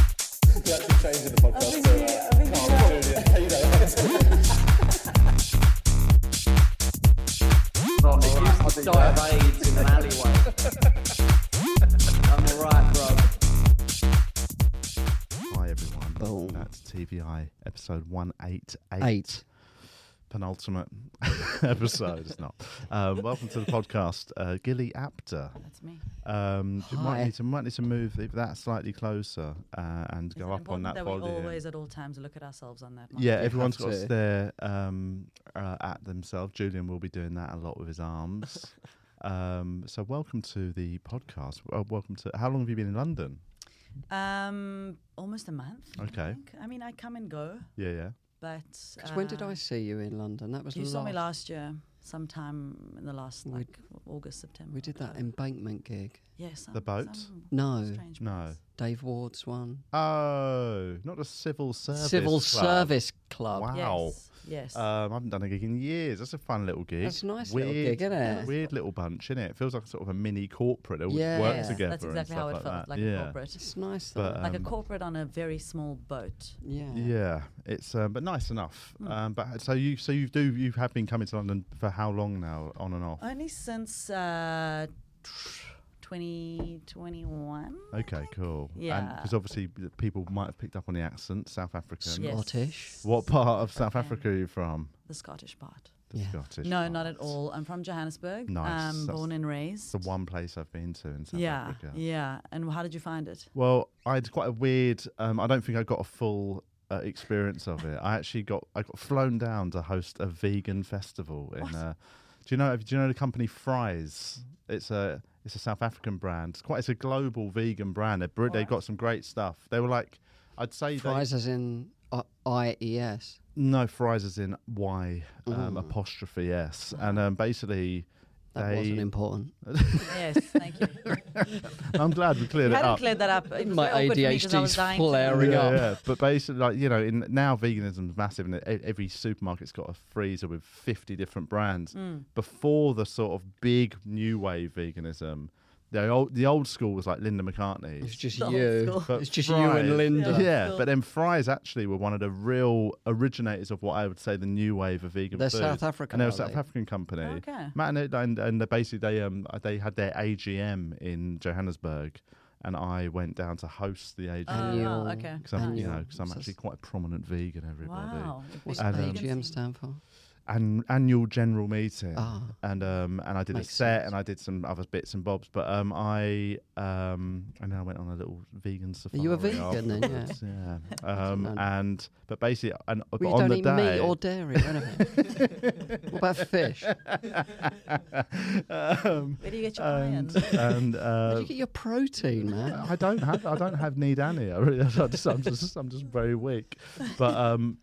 be actually changing the podcast. think so, we- uh, I think no, we I'm probably, yeah, you know, it's- Bro, it used to die of AIDS in an alleyway. I'm alright, bro. Hi everyone. Boom. That's TVI episode one eight eight. Eight. Penultimate episode. it's not. Um, welcome to the podcast, uh, Gilly Apter. That's me. Um, you might Hi. need to might need to move if that slightly closer uh, and Is go it up on important that that volume. We always, at all times, look at ourselves on that. mic? yeah, everyone's have got to to. stare um, uh, at themselves. Julian will be doing that a lot with his arms. um, so, welcome to the podcast. Uh, welcome to. How long have you been in London? Um, almost a month. I, Okay. think. I mean, I come and go, Yeah, yeah. but. 'Cause when did uh, I see you in London? That was You saw me last- last year, sometime in the last We- like August, September. We did that October. embankment gig. yeah, some, boat? some No, strange No. place. Dave Ward's one. Oh, not a civil service. Civil club. Service Club. Wow. Ow. Yes. Yes. Um, I haven't done a gig in years. That's a fun little gig. That's a nice little gig, innit? Weird little bunch, isn't it? Feels like sort of a mini corporate. They all Yeah. work Yes, together. That's and exactly stuff how it like felt, that. like yeah. a corporate, It's nice though. But, like a um, corporate on a very small boat. yeah. yeah, it's um, but nice enough. Hmm. Um, but so you so you do you have been coming to London for how long now, on and off? Only since uh, 2021. Okay, cool. Yeah. because obviously the people might have picked up on the accent, South African. Yes. Scottish. What part of South Okay. Africa are you from? The Scottish part. The Yeah. Scottish. No, not at part. all. I'm from Johannesburg. Nice. Um, That's born and raised. It's the one place I've been to in South yeah, Africa. yeah. And how did you find it? Well, I had quite a weird. Um, I don't think I got a full uh, experience of it. I actually got I got flown down to host a vegan festival in. Uh, do you know? Do you know the company Fries? It's a it's a South African brand. It's quite it's a global vegan brand. They're, br- they've got some great stuff. They were like, I'd say they, Fries as in uh, I- E IES. no Fries is in Y um, apostrophe S, and um, basically. That they, wasn't important. yes, thank you. I'm glad we cleared You it hadn't up. cleared that up. It was My very awkward for me 'cause I was ADHD's dying to- flaring yeah, up. Yeah, but basically, like you know, in now veganism's massive, and e- every supermarket's got a freezer with fifty different brands. Before the sort of big new wave veganism, the old the old school was like Linda McCartney. It's just The whole you. school. But It's just you and Fry's- Linda. Yeah, but then fries actually were one of the real originators of what I would say the new wave of vegan. They're food. South And African, they're a are South they? African company. Okay. Matt and, and and they basically they um they had their AGM in Johannesburg, and I went down to host the AGM. Oh, Annual. wow, okay. Because I'm, you Annual. know, because I'm So actually it's- quite a prominent vegan, everybody. Wow. it What's was And, um, vegan AGM thing. stand for? And annual general meeting, Ah. and um, and I did a Makes set, sense. and I did some other bits and bobs. But um, I um, and then I went on a little vegan safari. you a vegan then, yeah? afterwards, yeah. Um, know. and but basically, and but Well, you on don't the eat day, meat or dairy or anything. what about fish? um, Where do you get your iron? and and Where uh, do you get your protein, man? I don't have I don't have need any. I really, I just, I'm just I'm just very weak. But um,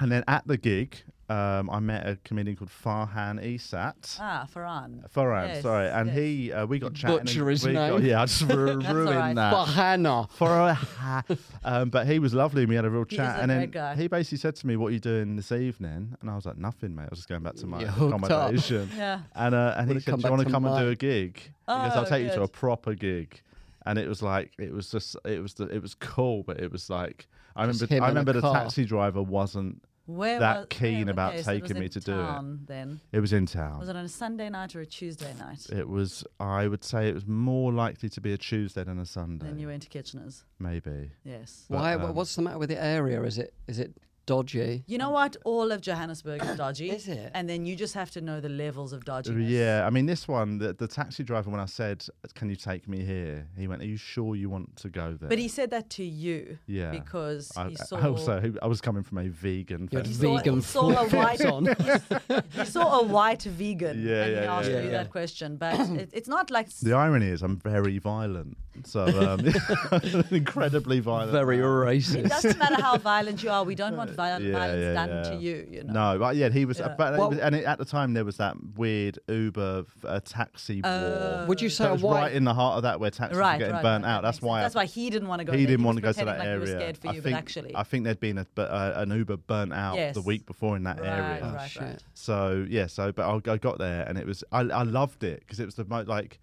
and then at the gig, um, I met a comedian called Farhan Isat. Ah, Faran. Farhan, Yes, sorry, and yes. he uh, we got chatting. and butcher his we got- name. yeah, I just ru- all ruined right. that. For Hannah. Farhan, um, but he was lovely. and We had a real He is chat, a and then great guy. he basically said to me, "What are you doing this evening?" And I was like, "Nothing, mate. I was just going back to my You're hooked up. accommodation." Yeah. And uh, and he Wanna said, "Do come you back want to to come and do mine?" a gig?" Because I'll Oh, take you to good. a proper gig. And it was like it was just it was the, it was cool, but it was like I Just remember him I in a remember the car. taxi driver wasn't. Where that was, keen where- about okay, so it was taking me in to do it. town Then It was in town. was it on a Sunday night or a Tuesday night? It was I would say it was more likely to be a Tuesday than a Sunday, Then you went to Kitchener's. maybe. Yes. Why? um, what's the matter with the area? Is it is it dodgy? You know what? All of Johannesburg is dodgy. Is it? And then you just have to know the levels of dodginess. Yeah, I mean this one, the, the taxi driver when I said, "Can you take me here?" He went, "Are you sure you want to go there?" But he said that to you. Yeah. Because I, he saw. I also I was coming from a vegan. You had festival. saw- vegan saw a flip-flops white- on. he saw a white vegan. Yeah, and he yeah, asked yeah, you yeah. that question. But it, it's not like. s- The irony is, I'm very violent. So, um, incredibly violent. Very it racist. doesn't matter how violent you are. We don't want viol- Yeah, violence yeah, done yeah. to you. You know. No, but yeah, he was. Yeah. But it Well- was- and it, at the time, there was that weird Uber f- uh, taxi war. Would you So say it a was white? right in the heart of that where taxis were uh, Right, getting right, burnt right, out. that That's makes why. sense. I- That's why he didn't want to go. he there. didn't was want to go to that pretending like area. He was scared for I you, think- but actually. I think there'd been a, bu- uh, an Uber burnt out the Yes. week before in that Right, area. Oh, right, shit. right. So yeah, so but I, I got there and it was I, I loved it because it was the most like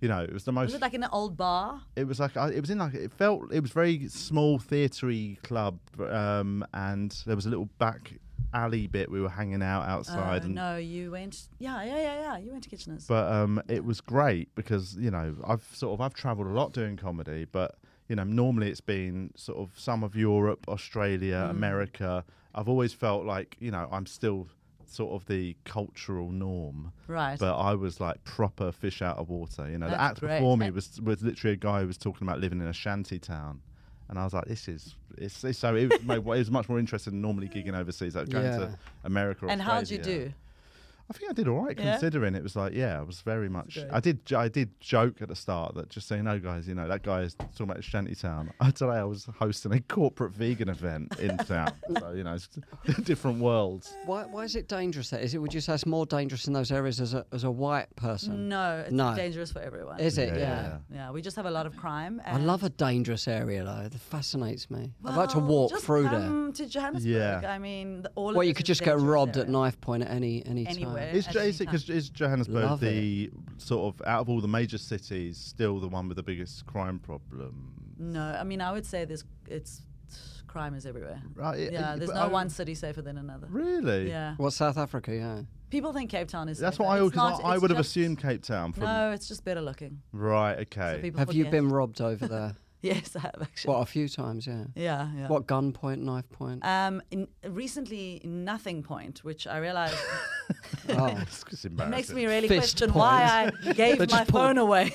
You know, it was the most. Was it like in an old bar? it was like I- it was in like it felt it was very small theatery club, um, and there was a little back alley bit we were hanging out outside, Uh, and no, you went. Yeah, yeah, yeah, yeah. You went to Kitchener's. but um, it was great because you know I've sort of I've travelled a lot doing comedy, but you know normally it's been sort of some of Europe, Australia, Mm. America. I've always felt like you know I'm still sort of the cultural norm. right. But I was like proper fish out of water. You know, the That's act great. before me That- was was literally a guy who was talking about living in a shanty town. And I was like, this is it's, it's so it was, my, it was much more interesting than normally gigging overseas, like going Yeah. to America. Or and how'd you Australia. do? I think I did all right Yeah? considering it was like, yeah, I was very much. great. I did j- I did joke at the start that just saying, no, guys, you know that guy is talking about shanty town. Uh, Today I was hosting a corporate vegan event in town, so you know, it's different worlds. Why, why is it dangerous? There? Is it? Would you say it's more dangerous in those areas as a as a white person? No, it's No. dangerous for everyone. Is it? Yeah. yeah, we just have a lot of crime. I And love a dangerous area though. It fascinates me. I'd like to Well, walk just through there. come to Johannesburg. Yeah. I mean, the- all. Well, of you this could is just get dangerous robbed at area. knife point at any any Anywhere. time. Is, at Jo- any is, it, time. 'cause is Johannesburg Love the sort of out of all the major cities still the one with the biggest crime problem? No, I mean, I would say there's it's crime is everywhere. Right. it- Yeah, it- there's but oh, no I- one city safer than another. Really? Yeah, Well, South Africa, yeah. people think Cape Town is. That's safer. what I It's because I, not, I it's would have just- assumed Cape Town. From, No, it's just better looking. Right. So Okay. people Have you forget. been robbed over there? Yes, I have actually. what a few times, yeah. Yeah, yeah. What gunpoint, knife point? Um, in, recently, Nothing Point, which I realized oh. It's just embarrassing. makes me really Fist question why I gave They my just pull- phone away.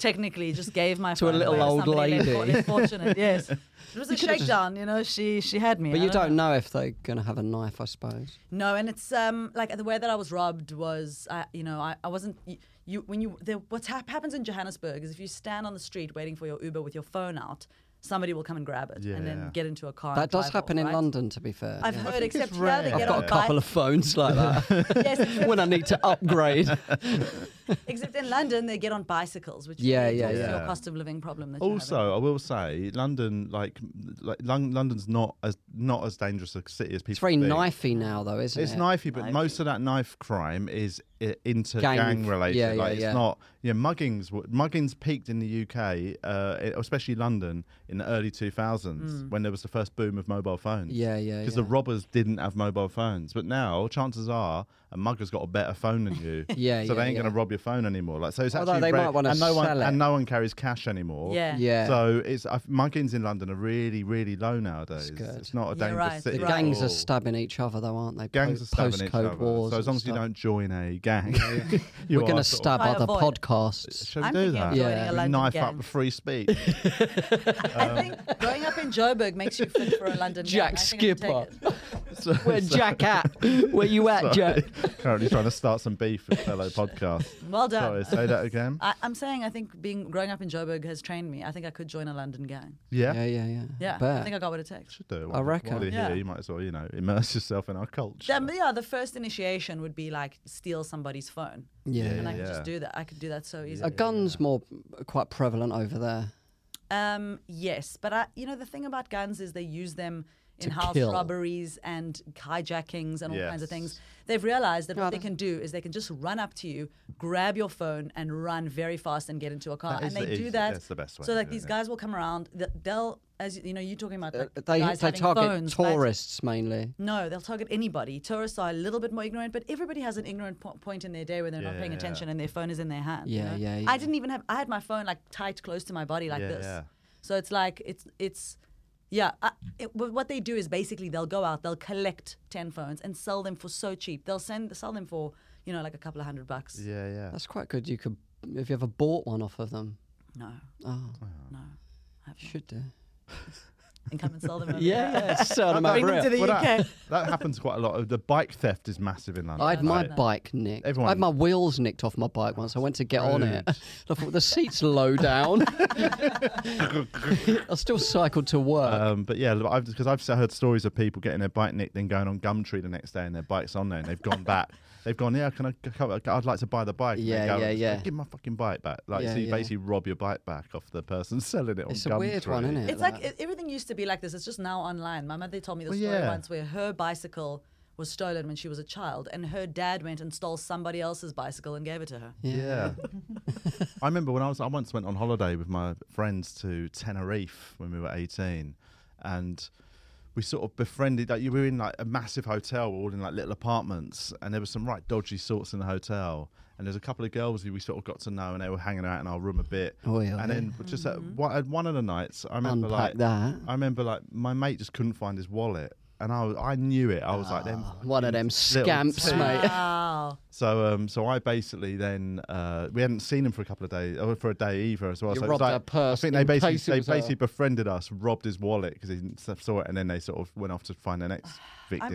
Technically, just gave my To a phone little away old somebody less for- lady. less fortunate, yes. It was a could've just- shakedown, you know. She she had me. But I you know. don't know if they're going to have a knife, I suppose. No, and it's um like the way that I was robbed was I you know I, I wasn't you, you when you the, what hap- happens in Johannesburg is if you stand on the street waiting for your Uber with your phone out, somebody will come and grab it and Yeah. then get into a car. that and does drive happen off, in right? London, to be fair. I've yeah. heard, think it's except here they rare. get I've got on a couple bike. of phones like that yes, except, when I need to upgrade. except in London they get on bicycles, which Yeah, really yeah, talks to yeah. your cost of living problem. That you Also, I will say London, like, like Lon- London's not as not as dangerous a city as people. It's very think. knifey now, though, isn't It's it? knifey, but most of that knife crime is i- inter gang, Gang- related. yeah, yeah, like it's yeah. not. Yeah, muggings. were- Muggings peaked in the UK, uh, i- especially London, in the early 2000s when there was the first boom of mobile phones. Hmm. Yeah, yeah, Because the yeah. robbers didn't have mobile phones, but now chances are a mugger's got a better phone than you. Yeah, so they yeah, ain't going yeah. to rob your phone anymore. Like so, it's Although actually they very- might wanna and no one sell it. and no one carries cash anymore. Yeah. Yeah. So it's i muggings in London are really, really low nowadays. good. It's not a Yeah, dangerous right, city. the at right. gangs all are stabbing each other, though, aren't they? gangs are Po- stabbing each other. Postcode wars. So as and long as you stuff. don't join a gang, you We're going are to sort stab Try other avoid it. Of, podcasts. shall we I'm do thinking of that? joining Yeah. a We London knife gang. up um, free speech. I think growing up in Joburg makes you fit for a London. gang. I Jack think I can take Skipper. it. So- Where so- Jack at? Where you at, sorry. Jack? Currently trying to start some beef with fellow podcasts. Well done. Sorry, say that again. I, I'm saying I think being growing up in Joburg has trained me. I think I could join a London gang. Yeah. Yeah, yeah, yeah. Yeah, I Bet. think I got what it takes. Should do it. I reckon. While you're Yeah. here, you might as well, you know, immerse yourself in our culture. Then, yeah, the first initiation would be like steal somebody's phone, yeah. and I yeah. could Yeah. just do that. I could do that so easily. A gun's more quite prevalent over there. Um, yes, but I, you know the thing about guns is they use them in house kill. robberies and hijackings and all kinds of things. Yes. They've realized that Yeah, what they they- can do is they can just run up to you, grab your phone, and run very fast and get into a car. That is and they the do easy- that. that's the best way So of like doing these it. guys will come around. th- They'll, as you know, you're talking about Uh, like, They, guys they having target phones, right? tourists mainly. No, they'll target anybody. Tourists are a little bit more ignorant, but everybody has an ignorant po- point in their day where they're not paying Yeah. attention and their phone is in their hand. you Yeah, know? yeah, yeah. I didn't even have. I had my phone like tight close to my body like Yeah, this. yeah. So it's like it's it's. Yeah, I, it, wh- what they do is basically they'll go out, they'll collect ten phones and sell them for so cheap. They'll send sell them for you know like a couple of hundred bucks. Yeah, yeah. That's quite good. You could, if you ever bought one off of them. No, Oh, no, I haven't. should do. and come and sell them. over Yeah, here. yeah. Sell them bring over them to here. the Well, UK. that, that happens quite a lot. The bike theft is massive in London. I had my Like, bike nicked. Everyone- I had my wheels nicked off my bike once. I went to get on it. Rude. I thought the seat's low down. I still cycled to work. Um, but yeah, because I've, heard stories of people getting their bike nicked, then going on Gumtree the next day, and their bike's on there, and they've gone back. They've gone, yeah, can I? Come, I'd like to buy the bike. and they Yeah, go and yeah, just yeah. go, Give my fucking bike back. Like, Yeah, so you yeah. basically rob your bike back off the person selling it on it's Gumtree. a weird one, isn't it? It's like e- everything used to be like this. It's just now online. My mother told me the Well, story yeah. once where her bicycle was stolen when she was a child, and her dad went and stole somebody else's bicycle and gave it to her. Yeah. I remember when I was I once went on holiday with my friends to Tenerife when we were eighteen, and we sort of befriended. Like, we were in like a massive hotel, we were all in like little apartments, and there were some right dodgy sorts in the hotel. And there's a couple of girls who we sort of got to know, and they were hanging out in our room a bit. Oh, yeah, And then just at one, at one of the nights, I remember Unpack like that. I remember like my mate just couldn't find his wallet. And I, was, I knew it. I was like, them Ah, One of them fucking scamps, little mate. Ah. Wow. so um, so I basically then uh, we hadn't seen him for a couple of days or for a day either as well. You so it was robbed like- their purse I think in they basically case it they was uh, a- basically befriended us, robbed his wallet because he didn't s- saw it, and then they sort of went off to find their next victims.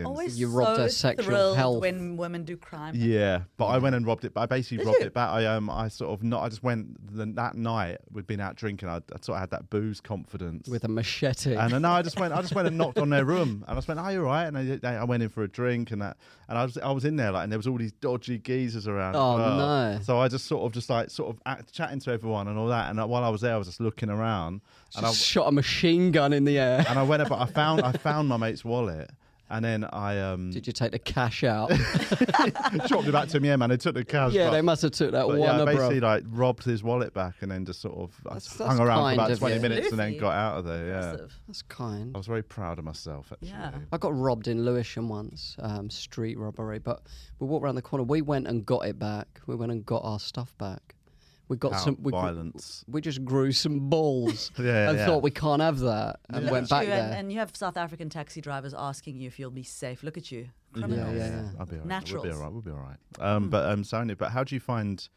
I'm always You so robbed her sexual thrilled health. when women do crime. yeah, but I went and robbed it. But I basically Did robbed you? it back. I um I sort of not. I just went the, that night. We'd been out drinking. I, I sort of had that booze confidence. With a machete. And uh, then no, I just went. I just went and knocked on their room, and I just went, "Oh, you're right." And I, I went in for a drink, and that, and I was, I was in there, like, and there was all these dodgy geezers around. as Oh, well. no. So I just sort of, just like, sort of act, chatting to everyone and all that. And uh, while I was there, I was just looking around, and I, Just shot a machine gun in the air. and I went up. I found, I found my mate's wallet, and then I um Did you take the cash out? dropped it back to him. Yeah, man, they took the cash. yeah, but- they must have took that but one, yeah, I yeah, basically like robbed his wallet back, and then just sort of I That's- just that's hung around for kind about of twenty you. minutes, and then Lucy. got out of there. Yeah, Impressive. That's kind. I was very proud of myself. Actually. Yeah. I got robbed in Lewisham once, um, street robbery, but we walked around the corner. We went and got it back. We went and got our stuff back. We got Out some we, violence. We just grew some balls Yeah, and yeah. thought we can't have that and Look went at back you, there. And, and you have South African taxi drivers asking you if you'll be safe. Look at you. yeah, Criminals. yeah. I'll be all right. We'll Naturals. be all right. We'll be all right. Um, Mm. But um, Sonia, but how do you find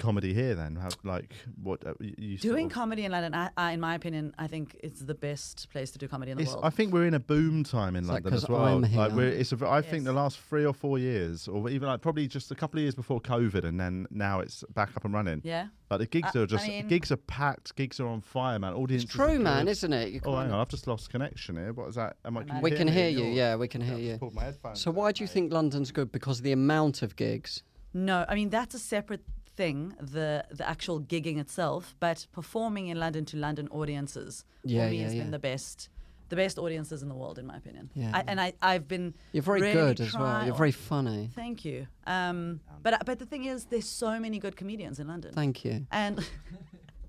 comedy here then? How like what uh, y- you sort Doing of- comedy in London, I, I, in my opinion, I think it's the best place to do comedy in the It's- world. I think we're in a boom time in It's like London 'cause as well. I'm here. Like we're, it's a, I think the Yes. last three or four years, or even like probably just a couple of years before COVID, and then now it's back up and running. yeah. Like the gigs I- are just I mean- gigs are packed. Gigs are on fire, man. Audience. it's true, man, isn't it? You Oh, hang can't- on, I've just lost connection here. What is that? Am I, can you we can me? hear you. You're- Yeah, we can I've hear just you. pulled my headphones So out, why do you mate. think London's good? Because of the amount of gigs. No, I mean that's a separate thing, the the actual gigging itself, but performing in London to London audiences Yeah, for me yeah, has yeah. been the best the best audiences in the world in my opinion. Yeah, I, yeah. and I I've been You're very really good as well. You're trial- very funny. Thank you. Um but but the thing is there's so many good comedians in London. Thank you. and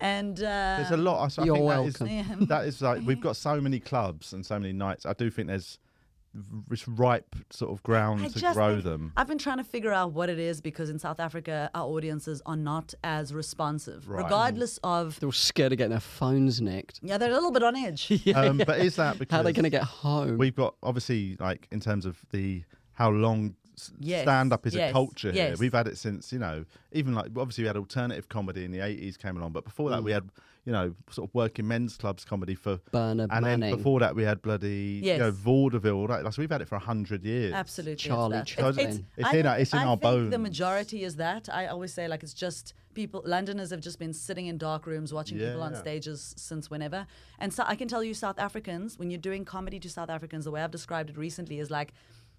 and uh There's a lot. I s- I, You're think That welcome. is, that is like we've got so many clubs and so many nights. I do think there's r- it's ripe sort of ground I to just grow think- them. I've been trying to figure out what it is because in South Africa our audiences are not as responsive, Right. regardless of They're all scared of getting their phones nicked. yeah, they're a little bit on edge. Um, but is that because How are they going to get home? we've got obviously like in terms of the how long Yes, stand up is a yes, culture here. yes. We've had it since you know even like obviously we had alternative comedy in the eighties came along, but before that Mm. we had you know sort of working men's clubs comedy for. Bernard And then Manning. before that, we had bloody you know, Yes. vaudeville. all that. Like, so we've had it for hundred years. Absolutely, it's Charlie that. Chaplin. It's I in think- our- it's in I our think bones. The majority is that. I always say like it's just people. Londoners have just been sitting in dark rooms watching people on Yeah. stages since whenever. And so I can tell you, South Africans, when you're doing comedy to South Africans, the way I've described it recently is like,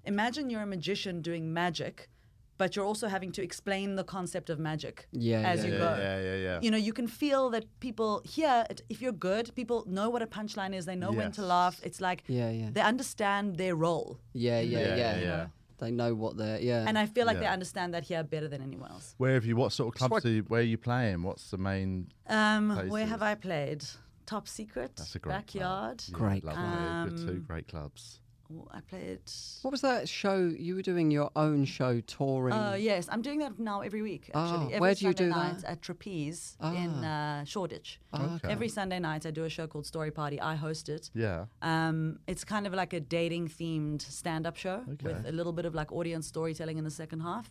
imagine you're a magician doing magic, but you're also having to explain the concept of magic Yeah, as yeah, you yeah, go yeah, yeah, yeah. you know you can feel that people here it- if you're good people know what a punchline is they know when to Yes. laugh it's like Yeah, yeah. they understand their role yeah, yeah, yeah, Yeah, yeah, yeah. They know what they're. Yeah. and i feel like they Yeah. understand that here better than anyone else Where have you? What sort of clubs what- do? You, where are you playing? What's the main? um where Places. have i played top secret That's a great backyard Club. Great Lovely. Good Um, two great clubs. Oh, i played What was that show? You were doing your own show touring. Oh yes, I'm doing that now every week. Ah, Actually, Oh, every where do you Sunday do night that? At Trapeze in uh, Shoreditch. okay. Every Sunday night, I do a show called Story Party. I host it. Yeah. Um, it's kind of like a dating themed stand up show with Okay. Mm. a little bit of like audience storytelling in the second half.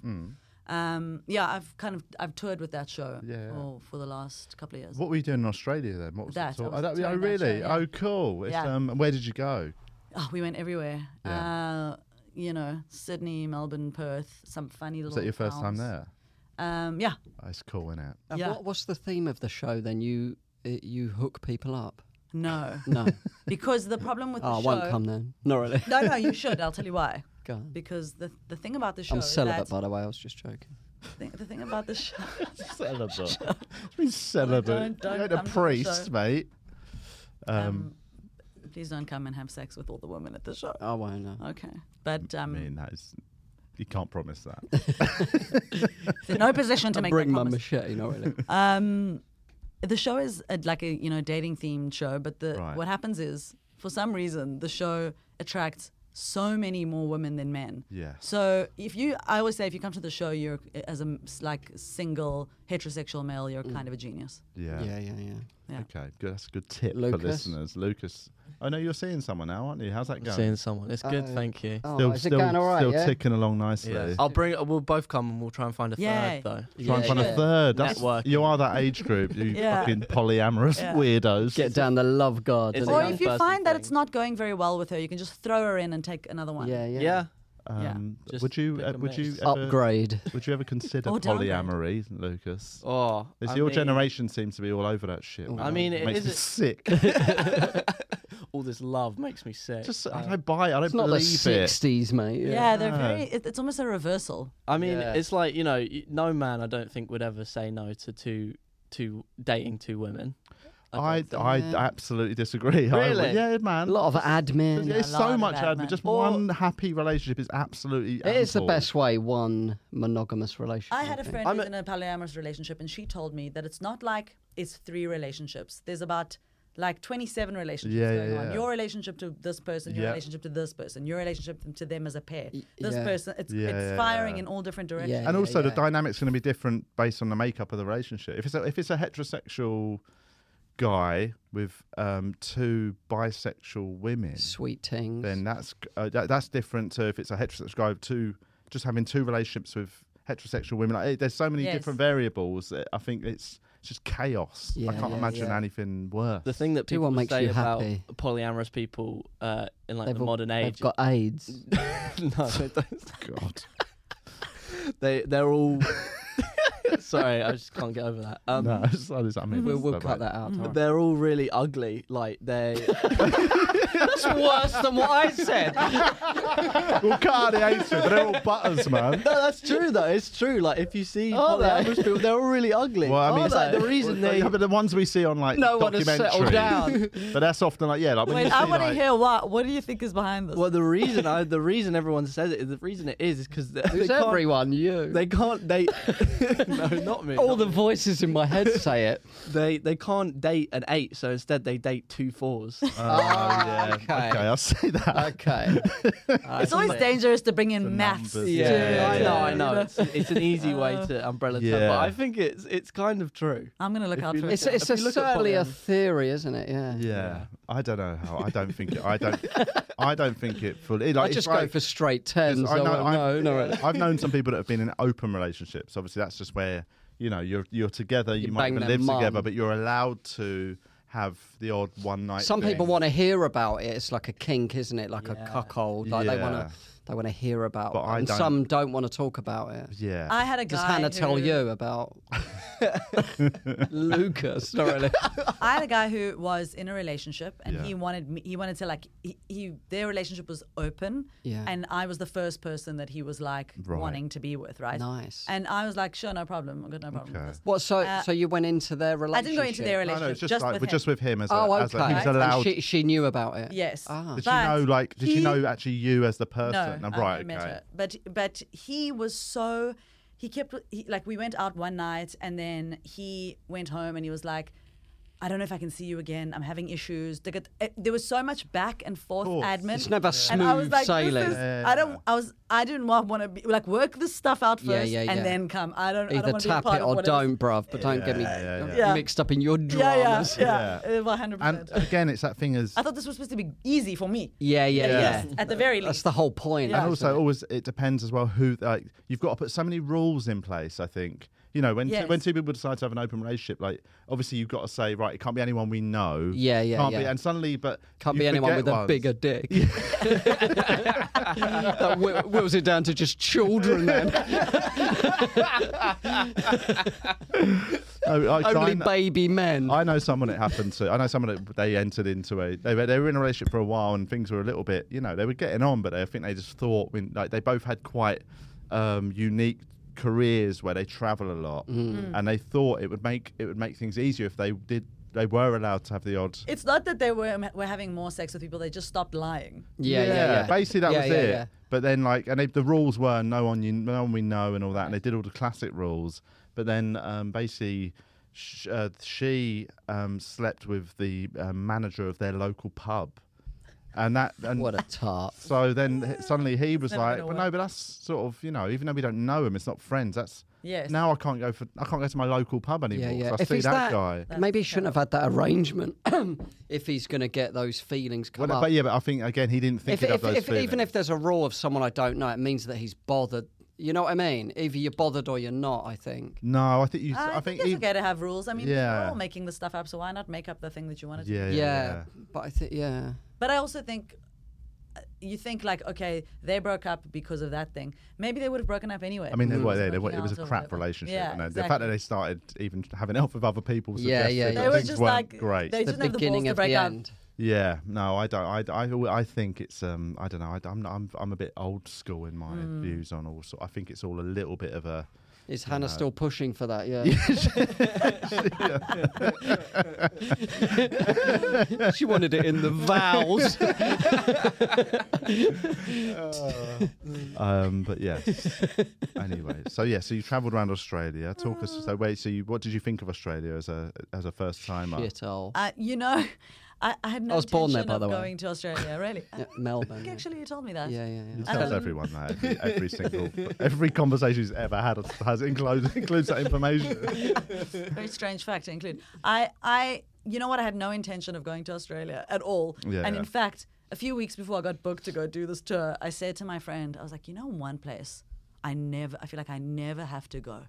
Um, yeah, I've kind of I've toured with that show Yeah. for, for the last couple of years. What were you doing in Australia then? What was That, the tour? I was oh, that, oh, touring that show, really? yeah. Oh, cool. It's, Yeah. um, where did you go? Oh, we went everywhere. Uh, you know, Sydney, Melbourne, Perth, some funny little. Was that your first time towns. there? Um, yeah, Oh, it's cool, isn't it? And yeah. what was the theme of the show then? You uh, you hook people up? no, No. because the problem with the oh, I show. won't come then. Not really. No, Oh, no, you should. I'll tell you why. Go on. Because the the thing about the show I'm is celibate, that by the way. I was just joking. the, the thing about the show. celibate. It's been celibate. Don't- don't you ain't a come to the priest, show. mate. Um, please don't come and have sex with all the women at the show. Oh, I won't know. Okay, but um, I mean, that is you can't promise that. There's no position to I make bring that my promise. machete, not really. Um, the show is a, like a you know dating themed show, but the Right. what happens is for some reason the show attracts so many more women than men. Yeah. So if you, I always say, if you come to the show, you're as a like single heterosexual male, you're kind of a genius. Yeah. yeah, yeah, yeah. Yeah. Okay, good. That's a good tip Lucas? for listeners. Lucas, I know you're seeing someone now, aren't you? How's that going? Seeing someone. It's good, Uh, thank you. Oh, still, is it still, going all right? still yeah? ticking along nicely. yeah. I'll bring. We'll both come and we'll try and find a Yay. third though. Trying to find a Yeah. third. That's, Networking. you are that age group, you Yeah. fucking polyamorous Yeah. weirdos. Get down the love guard. Is doesn't it Or young if you person find that thing. it's not going very well with her, you can just throw her in and take another it? one. Yeah, yeah. Yeah. Um, Just would you? pick Uh, a would you mix. ever, Upgrade. Would you ever consider Or downgrade. polyamory, Lucas? Oh, It's I your mean, generation seems to be all over that shit. I man. mean, it is makes me a- sick. All this love makes me sick. Just Uh, I don't buy. It. I don't It's not the believe it. 60s, mate. Yeah, Yeah. they're Yeah. very. It, it's almost a reversal. I mean, Yeah. it's like you know, y- no man I don't think would ever say no to two, to dating two women. I don't think. I Yeah. absolutely disagree. I would- Really? yeah, A man. lot of admin. There's lot so of much bad admin. men. Just Or- one happy relationship is absolutely. It is the ample. best way, one monogamous relationship. I had a think. friend I'm who's a- in a polyamorous relationship, and she told me that it's not like it's three relationships. There's about like 27 relationships Yeah, going yeah, on. yeah. Your relationship to this person, your Yeah. relationship to this person, your relationship to them as a pair. Y- This yeah. person, it's, Yeah, it's yeah, firing yeah. in all different directions. Yeah. And also, the yeah. dynamic's going to be different based on the makeup of the relationship. If it's a, if it's a heterosexual guy with um, two bisexual women, Sweet things. then that's uh, that, that's different to if it's a heterosexual guy with two just having two relationships with heterosexual women. Like, eh, there's so many Yes. different variables. That I think it's, it's just chaos. Yeah, I can't yeah, imagine yeah. anything worse. the thing that Do people what makes say you about happy. polyamorous people uh, in like They've the all- modern They've age. got AIDS. no, they don't. God, They they're all. Sorry, I just can't get over that. Um, no, I just- I mean, we'll it's we'll like- cut that out. don't worry. They're all really ugly. Like they. That's worse than what I said. We'll cut out the eights, but they're all butters, man. No, that's true though. It's true. Like if you see Are they? polyamorous people, they're all really ugly. Well, I Oh, mean, it's like the reason they. yeah, but the ones we see on like No one has documentaries, settled down. but that's often like yeah, like when Wait, you I see, want to like- hear what. What do you think is behind this? Well, the reason I, the reason everyone says it, the reason it is, is because they, they Who's can't. everyone? You. They can't. They no, not me. All not the me. voices in my head say it. they they can't date an eight, so instead they date two fours. Uh, Oh, yeah. okay. okay, I see that. Okay. it's always dangerous to bring in maths. numbers, Yeah, Yeah, I yeah, know, I yeah. know. It's, it's an easy way to umbrella term, Yeah. but I think it's it's kind of true. I'm gonna look If out you for look it. It's, it's If a, you look at certainly a polyam- theory, isn't it? Yeah. Yeah. I don't know how. I don't think. It, I don't. I don't think it fully. Like, I it's just like, go for straight tens. I I know- won't I- know, no, really. I've known some people that have been in open relationships. Obviously, that's just where you know you're you're together. You, You might bang even their live mum. together, but you're allowed to have the odd one night. Some thing. people want to hear about it. It's like a kink, isn't it? Like a cuckold. Like they want Yeah. to, they want to hear about. But it. I and don't. some don't want to talk about it. Yeah. I had a guy. Does Hannah tell who- you about Lucas? Not really. I had a guy who was in a relationship, and Yeah. he wanted me. He wanted to like he, he their relationship was open, Yeah. and I was the first person that he was like Right. wanting to be with, right? Nice. And I was like, sure, no problem. I've got no problem. Okay. With this. What? So, Uh, so you went into their I relationship? didn't go into their no, relationship. no, it's just, like with we're just him. with him as Oh, a, okay. as a, he was Right. allowed. And she, she knew about it. Yes. Ah. did she But know like? Did she he- know actually you as the person? No, No, I've right. never met okay. her. But but he was so he kept he, like we went out one night and then he went home and he was like. I don't know if I can see you again. I'm having issues. Dig it- it- There was so much back and forth course. admin. It's never and I was smooth like, sailing. This is, Yeah. I don't. I was. I didn't want, want to be like work this stuff out first Yeah, yeah, yeah. and then come. I don't. I don't Either want to be a tap part it of or whatever- don't, bruv. But don't get me Yeah, yeah, yeah. mixed up in your Yeah, yeah, dramas. yeah. Uh, 100. And percent again, it's that thing as I thought this was supposed to be easy for me. Yeah, yeah, yeah. Yes, at the very That's least. the whole point. Yeah. and isn't also it? always it depends as well who like you've got to put so many rules in place i think you know when Yes. two, when two people decide to have an open relationship like obviously you've got to say right it can't be anyone we know Yeah, yeah, can't be yeah. and suddenly but Can't you be anyone forget with a ones. bigger dick. that whi- whittles it down to just children then. Oh, like, so I, Only kn- baby men. I know someone it happened to i know someone that they entered into a they were, they were in a relationship for a while and things were a little bit you know they were getting on but they, i think they just thought when like they both had quite um unique careers where they travel a lot and they thought it would make it would make things easier if they did they were allowed to have the odd. It's not that they were, were having more sex with people, they just stopped lying. Yeah, yeah, yeah. Basically, that Yeah, was yeah, it. yeah. But then, like, and they, the rules were no one, you, no one we know, and all that. And they did all the classic rules. But then, um, basically, sh- uh, she um, slept with the uh, manager of their local pub, and that and What a tart. So then h- suddenly he was never like, gonna "But no, but that's sort of you know, even though we don't know him, it's not friends. That's Yes. Now I can't go for I can't go to my local pub anymore. Yeah, yeah. 'cause I see he's that, guy. maybe he shouldn't have had that arrangement. if he's going to get those feelings come Well, up. but yeah, but I think again he didn't think if, he'd have if, those if, feelings. even if there's a rule of someone I don't know, it means that he's bothered. You know what I mean? Either you're bothered or you're not. I think. no, I think you. I, think, it's he- okay to have rules. I mean, Yeah. we're all making this stuff up, so why not make up the thing that you wanted to yeah, yeah, Yeah, yeah. but I think yeah. But I also think uh, you think like, okay, they broke up because of that thing. Maybe they would have broken up anyway. I mean, they Because were, they, they working were, it was out a or crap whatever. relationship. Yeah, and uh, The fact exactly. that they started even having help with other people Yeah, suggesting yeah, that yeah. They were things just weren't like- great. they- didn't the have the balls beginning to of break the up. end. yeah, no, I don't. I, I, I think it's um, I don't know. I, I'm, not- I'm, I'm a bit old school in my Hmm. views on all. So I think it's all a little bit of a. Is Hannah still pushing for that? Yeah. she wanted it in the vows. Um, but yes. anyway, so yeah, so you travelled around Australia. Talk us. Ah. So wait, so you, what did you think of Australia as a as a first timer? Shit, oh. Uh, you know, I, I had no was born there, intention by the of way. going to Australia. Really? Yeah, Melbourne. think yeah. actually uh, you told me that. Yeah, yeah, He yeah. tells Um, everyone that every, every single every conversation he's ever had has includes includes that information. Very strange fact to include. I, I, you know what? I had no intention of going to Australia at all. Yeah, and in yeah. fact, a few weeks before I got booked to go do this tour, I said to my friend, I was like, you know, one place I never, I feel like I never have to go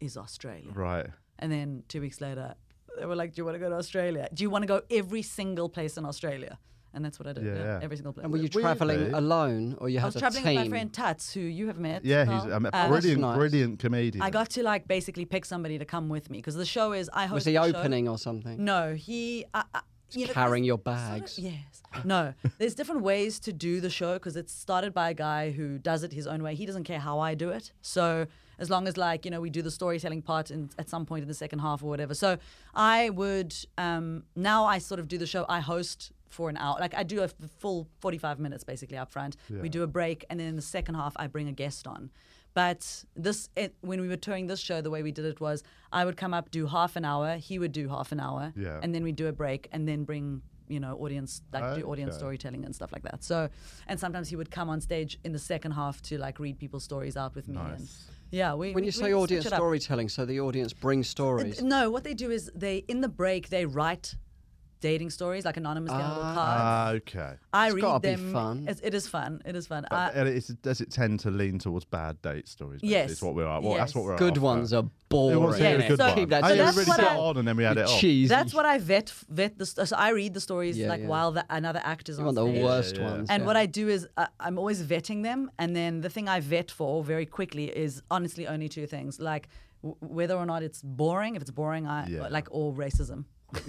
is Australia. right. And then two weeks later, they were like, do you want to go to Australia? Do you want to go every single place in Australia? And that's what I did. Yeah, Yeah, yeah. every single place. And were you Weirdly- travelling alone or you had I was a traveling team? with my friend Tats, who you have met. Yeah, Carl. he's um, a Uh, brilliant, nice. brilliant comedian. I got to like basically pick somebody to come with me because the show is I host. Was he the show. opening or something? No, he. I, I, you know, carrying there's your sort of- bags. yes. No, there's different ways to do the show because it's started by a guy who does it his own way. He doesn't care how I do it. So as long as like you know we do the storytelling part in, at some point in the second half or whatever. So I would um, now I sort of do the show. I host for an hour. Like I do a f- full 45 minutes basically up front. We do a break and then in the second half I bring a guest on. But this, it, when we were touring this show, the way we did it was I would come up, do half an hour, he would do half an hour, Yeah. and then we'd do a break, and then bring you know audience like do audience Okay. storytelling and stuff like that. So, and sometimes he would come on stage in the second half to like read people's stories out with me. And, Nice. yeah, we, When we- you we say audience switch it up. storytelling, so the audience brings stories. No, what they do is they in the break they write dating stories like anonymous get little cards. Ah, okay. I It's read gotta be them. fun. It's, it is fun. It is fun. I- But and it's, does it tend to lean towards bad date stories? basically? Yes. it's what we're. at. Well, that's Yes. what we're. Good after. ones are Who boring. wants to hear a Yeah, good so- one? Keep that oh, so yeah, we that's really what got I- on, and then we had it off. cheesy. That's what I vet vet the st- so I read the stories Yeah, like yeah. while the, another actor's You on want the stage. worst yeah. ones. And yeah. what I do is uh, I'm always vetting them, and then the thing I vet for very quickly is honestly only two things, like w- whether or not it's boring. If it's boring, I Yeah. like or racism.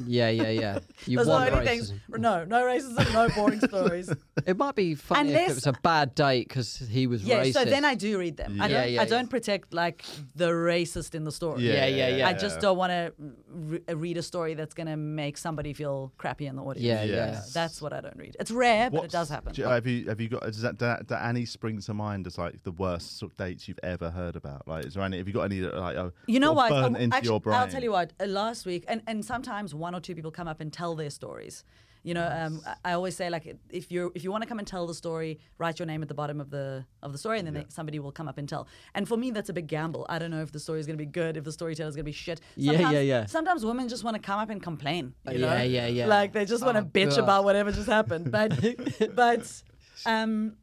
Yeah, yeah, yeah. You Those are want the only things. racism. No, no racism, no boring stories. It might be funny if it Unless- was a bad date because he was yeah, racist. so then I do read them. I Yeah, don't, yeah, I yeah. don't protect like the racist in the story. Yeah, Yeah, yeah, yeah. I just don't want to re- read a story that's going to make somebody feel crappy in the audience. Yeah, Yeah. yeah. That's what I don't read. It's rare, but it What's- does happen. do you- have you have you got does that, that, that any spring to mind as like the worst sort of dates you've ever heard about? Like, is there any? Have you got any that are like oh, You know sort what? of burnt Oh, into actually, your brain? I'll tell you what. Uh, last week, and, and sometimes one or two people come up and tell their stories. You know, um, I, I always say like if you if you want to come and tell the story, write your name at the bottom of the of the story, and then they- somebody will come up and tell. And for me, that's a big gamble. I don't know if the story is going to be good, if the storyteller is going to be shit. Yeah, yeah, Sometimes- yeah. Uh, Sometimes women just want to come up and complain. You know? Yeah, yeah, yeah. Like they just want to bitch God. about whatever just happened. But but um,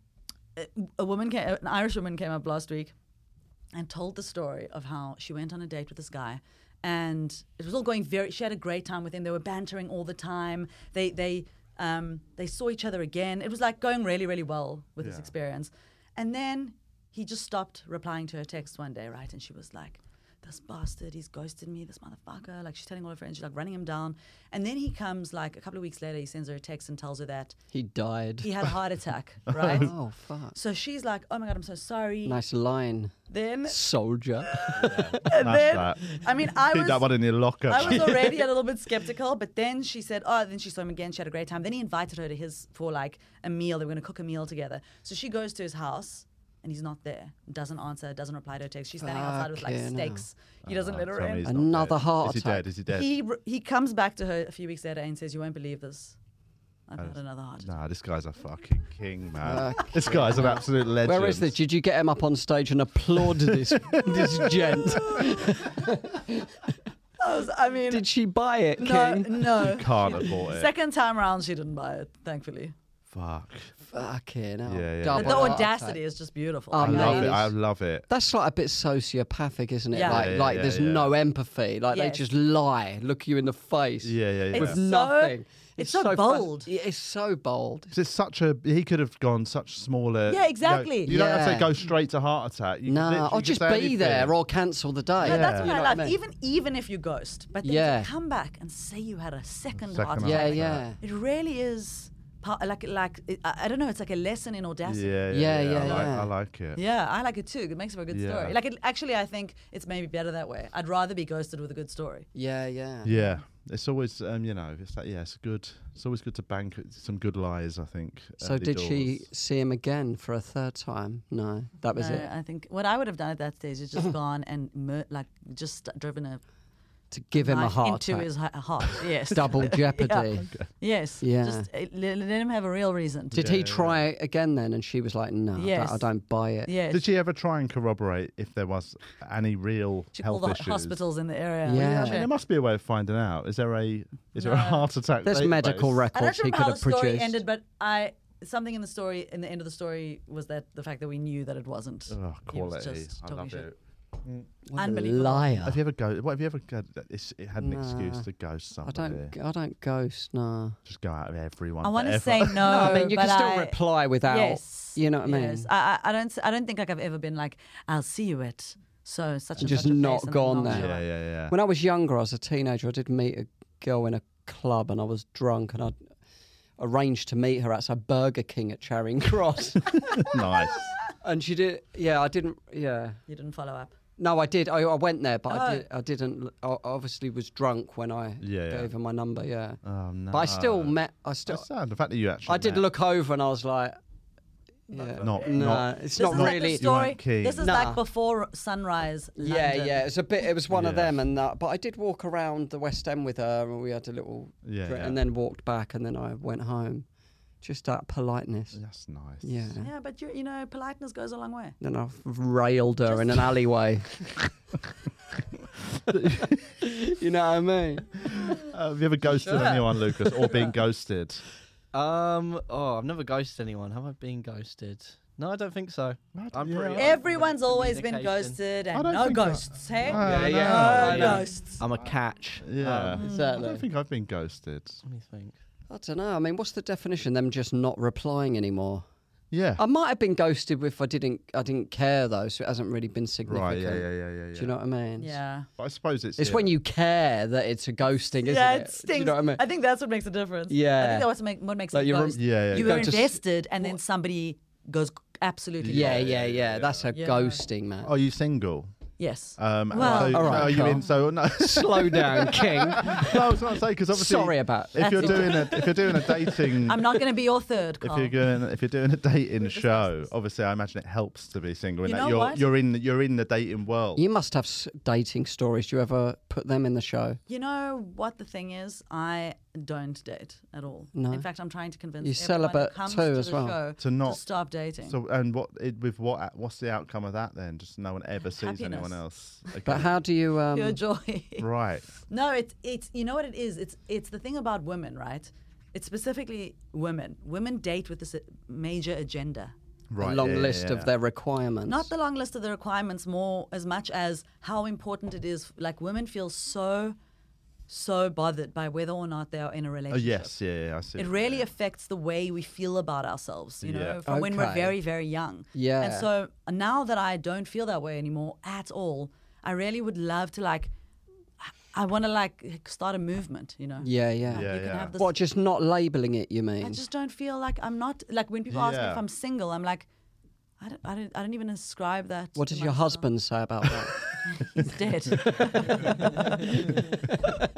a- a woman, came, an Irish woman, came up last week and told the story of how she went on a date with this guy and it was all going very she had a great time with him they were bantering all the time they they um, they saw each other again it was like going really really well with this experience and then he just stopped replying to her text one day right and she was like this bastard, he's ghosted me, this motherfucker. Like she's telling all her friends, she's like running him down. And then he comes like a couple of weeks later, he sends her a text and tells her that He died. he had a heart attack, right? oh fuck! so she's like, oh my God, I'm so sorry. Nice line, Then, soldier. and Smash then, that. I mean, I Keep was, that one in your locker. I was already a little bit skeptical, but then she said, "Oh." Then she saw him again. She had a great time. Then he invited her to his for like a meal. They were going to cook a meal together. So she goes to his house, and he's not there. Doesn't answer. Doesn't reply to her text. She's standing outside with like Fucking steaks. He doesn't let her Tell me he's in. not Another dead. heart Is he attack. dead? Is he dead? He re- he comes back to her a few weeks later and says, "You won't believe this. I've had another heart attack." Nah, this guy's a fucking king, man. this guy's an absolute legend. Where is this? Did you get him up on stage and applaud this this gent? I, was- I mean, Did she buy it, no, King? no. Can't afford it. Second time round, she didn't buy it. Thankfully, Fuck. Fucking hell. Yeah, yeah. Double but But the heart audacity attack. is just beautiful. Oh, I Amazing. love it. I love it. That's like a bit sociopathic, isn't it? Yeah. Like, Yeah, like yeah, there's yeah. no empathy. Like Yes. they just lie, look you in the face. Yeah, yeah, yeah. It's With so- nothing. it's so fun- bold. Yeah, it's so bold. 'Cause It's such a he could have gone such smaller. Yeah, exactly. You, know, you don't have Yeah. to go straight to heart attack. You No, literally or could just be say anything. there or cancel the day. No, that's what You I know what I love. mean? Even even if you ghost, but then Yeah. to come back and say you had a second, Second heart heart Yeah, attack, like yeah. it really is pa- like like it- I I don't know. It's like a lesson in audacity. Yeah, yeah, Yeah, yeah. yeah, I, yeah. Like, I like it. Yeah, I like it too. It makes for a good Yeah. story. Like, it, actually, I think it's maybe better that way. I'd rather be ghosted with a good story. Yeah, yeah. Yeah. It's always, um, you know, it's like, yeah, it's good. It's always good to bank some good lies, I think. So early did she doors. see him again for a third time? No, that was No, uh, it. I think what I would have done at that stage is just gone and mur- like just st- driven a To give him a knife heart into attack. his he- heart. Yes, Double jeopardy. yes, Yeah. Just uh, le- let him have a real reason. Did he try again then? And she was like, "No, I don't- Yes. I don't buy it." yes, Did she ever try and corroborate if there was any real She health called the issues? hospitals in the area. Yeah. I mean, there must be a way of finding out. Is there a is there a No. heart attack? There's database? medical I don't records he remember could how the have story produced. ended, but I something in the story in the end of the story was that the fact that we knew that it wasn't. Oh, He was quality. just I talking love shit. it. Mm. What a Unbelievable. liar. Have you ever go? What have you ever go? It's, it had an excuse Nah. to ghost I somebody. don't. I don't ghost. No. just go out of everyone. I want to forever. say no, I mean, you Oh, but can still I- reply without. Yes, You know what I mean? Yes. I, I I don't. s- I don't think like I've ever been like, "I'll see you at so such and Just such a place not and gone not there. show Yeah, up." yeah, yeah. When I was younger, I was a teenager. I did meet a girl in a club, and I was drunk, and I arranged to meet her outside Burger King at Charing Cross. nice. and she did. Yeah, I didn't. Yeah. You didn't follow up. No, I did. I, I went there, but I, Oh. did, I didn't. I I obviously was drunk when I Yeah, yeah. gave her my number. Yeah, Oh no. but I still met. I still. That's sad. The fact that you actually. I did met- look over, and I was like, yeah, Not. no, Not. it's This not is like really. the story. weren't keen. This is Nah. like before sunrise. Yeah, London. yeah, it's a bit. It was one of Yeah. them, and that. But I did walk around the West End with her, and we had a little. Yeah, dri- yeah. And then walked back, and then I went home, just out of politeness. That's nice. Yeah. Yeah, but you, you know, politeness goes a long way. Then I railed her in an alleyway. you know what I mean? Uh, have you ever ghosted anyone, Lucas, or been ghosted? Um. Oh, I've never ghosted anyone. Have I been ghosted? No, I don't think so. I'm yeah. pretty. open with Everyone's always been communication. ghosted I and don't no think I- ghosts. Hey, No, Yeah, yeah. no I know. ghosts. I'm a catch. Uh, Yeah. Um, I Exactly. don't think I've been ghosted. let me think. I don't know. I mean, what's the definition? Them just not replying anymore. Yeah. I might have been ghosted if I didn't. I didn't care though, so it hasn't really been significant. Right. Yeah. Yeah. Yeah. Yeah. yeah. Do you know what I mean? Yeah. But I suppose it's. It's yeah. when you care that it's a ghosting, isn't yeah, it? it stinks. Do you know what I mean? think that's what makes a difference. I Yeah. think that's what, make, what makes Like it you're- ghost. Yeah, yeah, you yeah. were Don't just- invested, and then somebody goes absolutely. yeah, gone. yeah, yeah, That's a Yeah. ghosting, man. Are you single? Yes. Um, Well- so, All right, are you Carl. in? So no. Slow down, King. no, I was going to say because obviously. Sorry about If you're That's all. doing a if you're doing a dating I'm not going to be your third. if Carl. you're doing if you're doing a dating show, obviously I imagine it helps to be single in You that know you're what? you're in the, you're in the dating world. You must have s- dating stories. Do you ever put them in the show? You know what the thing is? I don't date at all. No. In fact, I'm trying to convince You everyone who celibate comes too to as the well. show To not- stop dating. So and what it, with what what's the outcome of that then? Just no one ever sees anyone else. But Okay. how do you? Um, Pure joy. Right. No, it's it's you know what it is. It's it's the thing about women, right? It's specifically women. Women date with this uh, major agenda. Right. a long yeah, yeah, list yeah. of their requirements. Not the long list of the requirements, more as much as how important it is. Like women feel so, so bothered by whether or not they are in a Oh, relationship. yes. Yeah. yeah I see. It really affects the way we feel about ourselves, you know, Yeah. from when we're Okay. very, very young. Yeah. And so now that I don't feel that way anymore at all, I really would love to like. I- I want to like start a movement. You know. Yeah, yeah. Yeah, you can yeah. have this. What, just not labeling it, you mean? I just don't feel like I'm not like when people ask me if Yeah. I'm single, I'm like, I don't, I don't, I don't even ascribe that. what to does your myself. husband say about that? He's dead.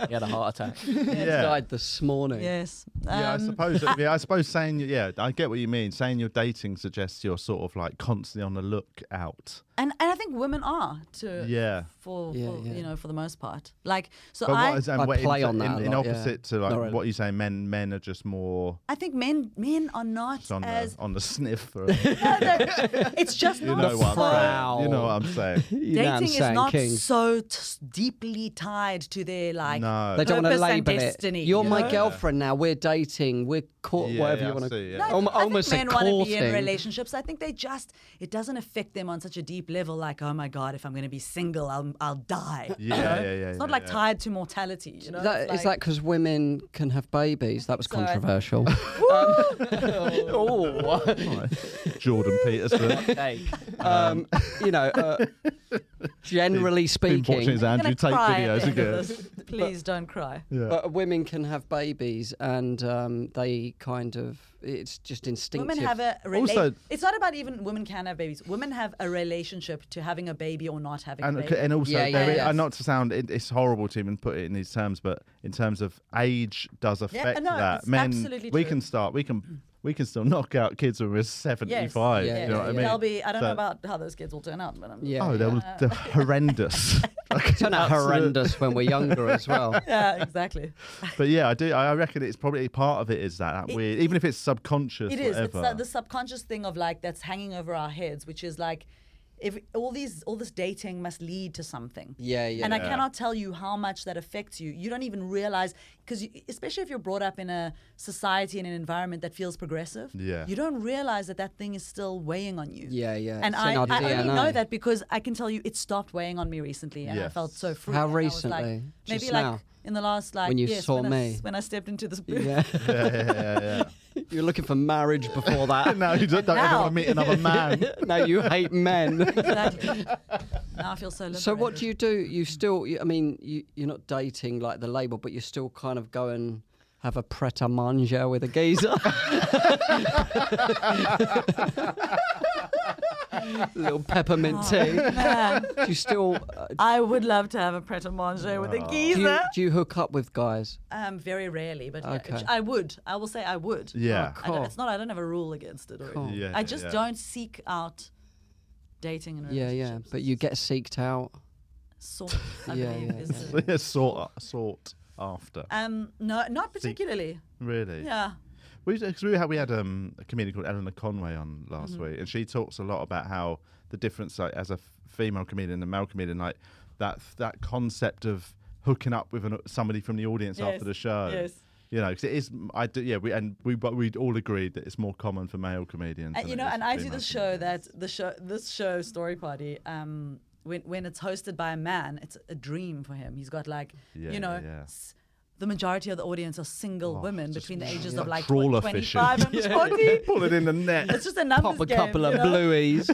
He had a heart attack. yeah. Died this morning. yes. Yeah, I Um, suppose. yeah, I suppose saying yeah, I get what you mean. Saying you're dating suggests you're sort of like constantly on the lookout. and and I think women are too. Yeah. For, Yeah, for yeah. you know for the most part, like so But I what is and I what in- play on in, that a in lot, yeah. opposite to like Not really. what you say, men men are just more I think men men are not just on as the on the sniff. Or, No, no, it's just you not know what so. I'm saying. You know what I'm saying. You know what I'm Dating is saying, not Kings? so t- deeply tied to their like. No. They don't want to purpose and label it. destiny, You're you my know? girlfriend now. We're dating. We're caught. Yeah, whatever yeah, you I want see, yeah. to. No, I I think- I Almost think a men want core to be in thing. relationships. I think they just it doesn't affect them on such a deep level. Like, oh my god, if I'm going to be single, I'll I'll die. you Yeah, know? yeah, yeah, It's not yeah, like yeah. tied to mortality. You know, Is that- It's is that like- because women can have babies? That was think so, I think- controversial. Jordan Peterson. Hey, um, you know, uh, generally Been watching speaking, his Andrew I'm Tate gonna cry at videos the end of again. this. Please don't cry. Yeah. but women can have babies, and um, they kind of it's just instinctive. Women have a rela- Also- It's not about even women can have babies. Women have a relationship to having a baby or not having a And, baby. and also, there Yeah, yeah, is- yeah. and not to sound, it, it's horrible to even put it in these terms, but in terms of age does affect no, that. it's Men, absolutely we true. can start, we can, we can still knock out kids when we're seventy-five. Yeah, you know what I yeah. mean? They'll be. I don't So- know about how those kids will turn out, but I'm. Yeah. Oh, they will they're horrendous. Like, Turn out absolute- horrendous when we're younger as well. Yeah, exactly. But yeah, I do. I reckon it's probably part of it is that, that It- weird, even if it's subconscious. It is. It's uh, Whatever. the subconscious thing of like that's hanging over our heads, which is like, if all these all this dating must lead to something. Yeah, yeah. And I Yeah. cannot tell you how much that affects you. You don't even realize because especially if you're brought up in a society and an environment that feels progressive. Yeah. You don't realize that that thing is still weighing on you. Yeah, yeah. And It's I, in our I only DNA. know that because I can tell you it stopped weighing on me recently, and I Yes. felt so free. How and I was like- recently? maybe Just like now? in the last like When you yes, saw when I s- me? when I stepped into this booth. Yeah, yeah, yeah, yeah, yeah. you're looking for marriage before that. No, you don't, don't ever now- want to meet another man. no, you hate men. Exactly. now I feel so. Liberated. So what do you do? You still, you- I mean, you, you're not dating like the label, but you still kind of go and have a pret a manger with a geezer. little peppermint tea. Oh, Man, Do you still? Uh, I would love to have a pret a manger with a Oh. do, you, geezer. do you hook up with guys? Um, very rarely, but yeah, Okay. which I would. I will say I would. Yeah. I don't- Cool. it's not. I don't have a rule against it. or Cool. anything. Yeah, Oh, I yeah, just yeah. don't seek out dating and Yeah, yeah. relationships. But you get seeked out. sort. of, I Yeah, believe yeah, is yeah. the- yeah, sort sort after. Um, no, not particularly. Really? Yeah. We, cause we had we had um, a comedian called Eleanor Conway on last Mm-hmm. week, and she talks a lot about how the difference, like as a f- female comedian and a male comedian, like that that concept of hooking up with an, somebody from the audience Yes, after the show. yes. You know, because it is. mm, I do. Yeah. We and we but we all agreed that it's more common for male comedians. And, than Uh, you it know, is and for I do female this show comedians. that the show, this show, Story Party. Um, when when it's hosted by a man, it's a dream for him. He's got like, Yeah, you know, yeah, Oh, yeah. s- the majority of the audience are single women between the ages of like tw- trawler fishing. twenty-five and forty. pull it in the net. It's just a numbers Pop a game, couple of you know? blueies.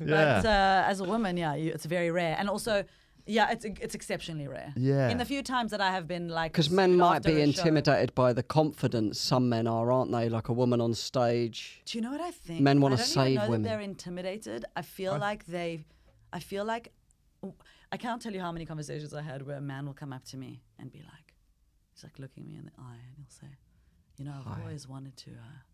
yeah. But uh, as a woman, yeah, you, it's very rare, and also. Yeah, it's it's exceptionally rare. Yeah. In the few times that I have been like, Because men might after be a show- intimidated by the confidence some men are, aren't they? Like a woman on stage. Do you know what I think? Men wanna I don't even save know that women. they're intimidated. I feel like they, I feel like, I can't tell you how many conversations I had where a man will come up to me and be like, he's like looking me in the eye and he'll say, you know, I've always wanted to uh,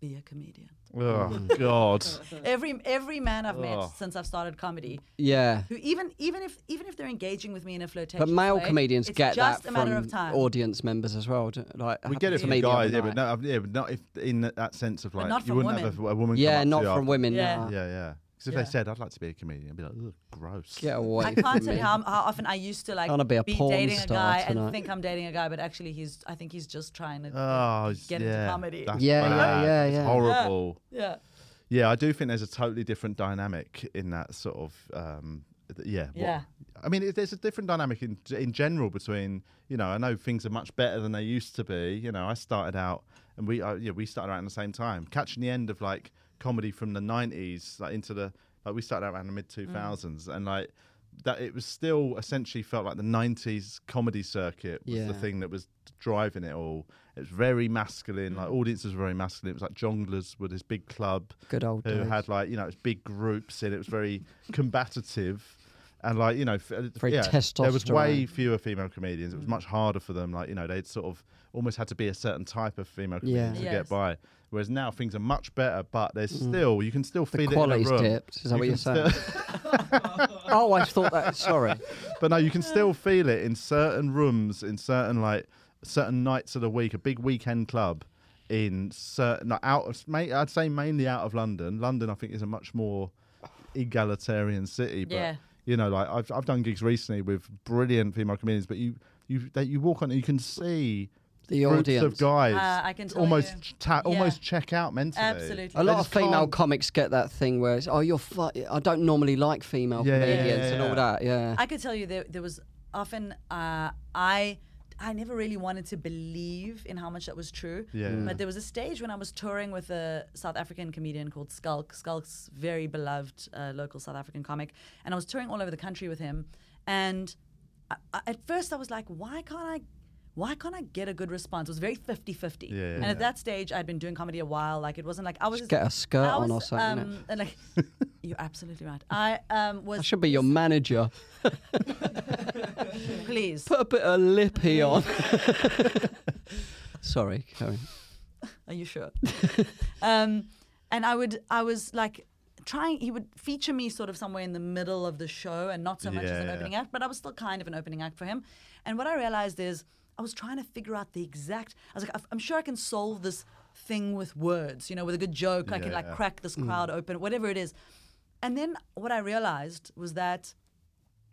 be a comedian. Oh God. Every every man I've met Oh. since I've started comedy, Yeah. who even even if even if they're engaging with me in a flirtatious But male way, comedians it's get just that a matter from of time. audience members as well. don't- Like We get happened it to from me the guys, other yeah, but night. no, yeah, but not if in that- that sense of like not you from wouldn't have a, women. a woman. come yeah, up not to you from after- women. Yeah. no. Yeah, yeah. Because if Yeah. they said, "I'd like to be a comedian," I'd be like, "Ugh, gross." Get away. I can't from tell me. you how, how often I used to like Gonna be a porn dating a star guy tonight. and think I'm dating a guy, but actually he's I think he's just trying to Oh, get yeah. into comedy. That's Yeah, yeah, bad. yeah, It's yeah. horrible. yeah, Yeah, I do think there's a totally different dynamic in that sort of. Um, th- yeah. what- Yeah. I mean, it, there's a different dynamic in in general between you know. I know things are much better than they used to be. You know, I started out and we uh, yeah we started out at the same time, catching the end of like comedy from the '90s like into the Like we started out around the mid two thousands, and like that, it was still essentially felt like the nineties comedy circuit was the Yeah. thing that was driving it all. It was very masculine. Like audiences were very masculine. It was like jonglers were this big club Good old who days. had like you know it was big groups and it was very combative. And like you know, f- uh, Very yeah, there was way testosterone. fewer female comedians. It was much harder for them. Like you know, they'd sort of almost had to be a certain type of female comedian Yeah. to Yes. get by. Whereas now things are much better, but there's still you can still Mm. The feel quality's it in a room. dipped. Is that You what you're can saying? oh, I thought that. Sorry. But no, you can still feel it in certain rooms, in certain like certain nights of the week, a big weekend club in certain like, out of ma- I'd say mainly out of London. London, I think, is a much more egalitarian city. But Yeah. you know, like I've I've done gigs recently with brilliant female comedians, but you you that you walk on and you can see. The groups audience. of guys Uh, I can tell almost you. ta- Yeah. almost check out mentally. Absolutely. A lot They of just female can't- comics get that thing where it's, oh, you're fu- I don't normally like female Yeah, yeah, comedians yeah, and all yeah. that. Yeah. I could tell you there, there was often uh, I I never really wanted to believe in how much that was true. Yeah. Mm. But there was a stage when I was touring with a South African comedian called Skulk. Skulk's very beloved uh, local South African comic, and I was touring all over the country with him. And I, I, at first, I was like, why can't I? Why can't I get a good response? It was very 50 50. Yeah, yeah, and at yeah. that stage, I'd been doing comedy a while. Like, it wasn't like I was. Just get a skirt I on or was, something, innit? Um, and like, you're absolutely right. I um, was. I should be your manager. Please. Put a bit of lippy on. Sorry, Karen. Are you sure? um, and I would, I was like trying. He would feature me sort of somewhere in the middle of the show, and not so much as an Yeah. opening act, but I was still kind of an opening act for him. And what I realized is, I was trying to figure out the exact. I was like, "I've- I'm sure I can solve this thing with words. You know, with a good joke, I can Yeah, Mm. like yeah. crack this crowd open, whatever it is. And then what I realized was that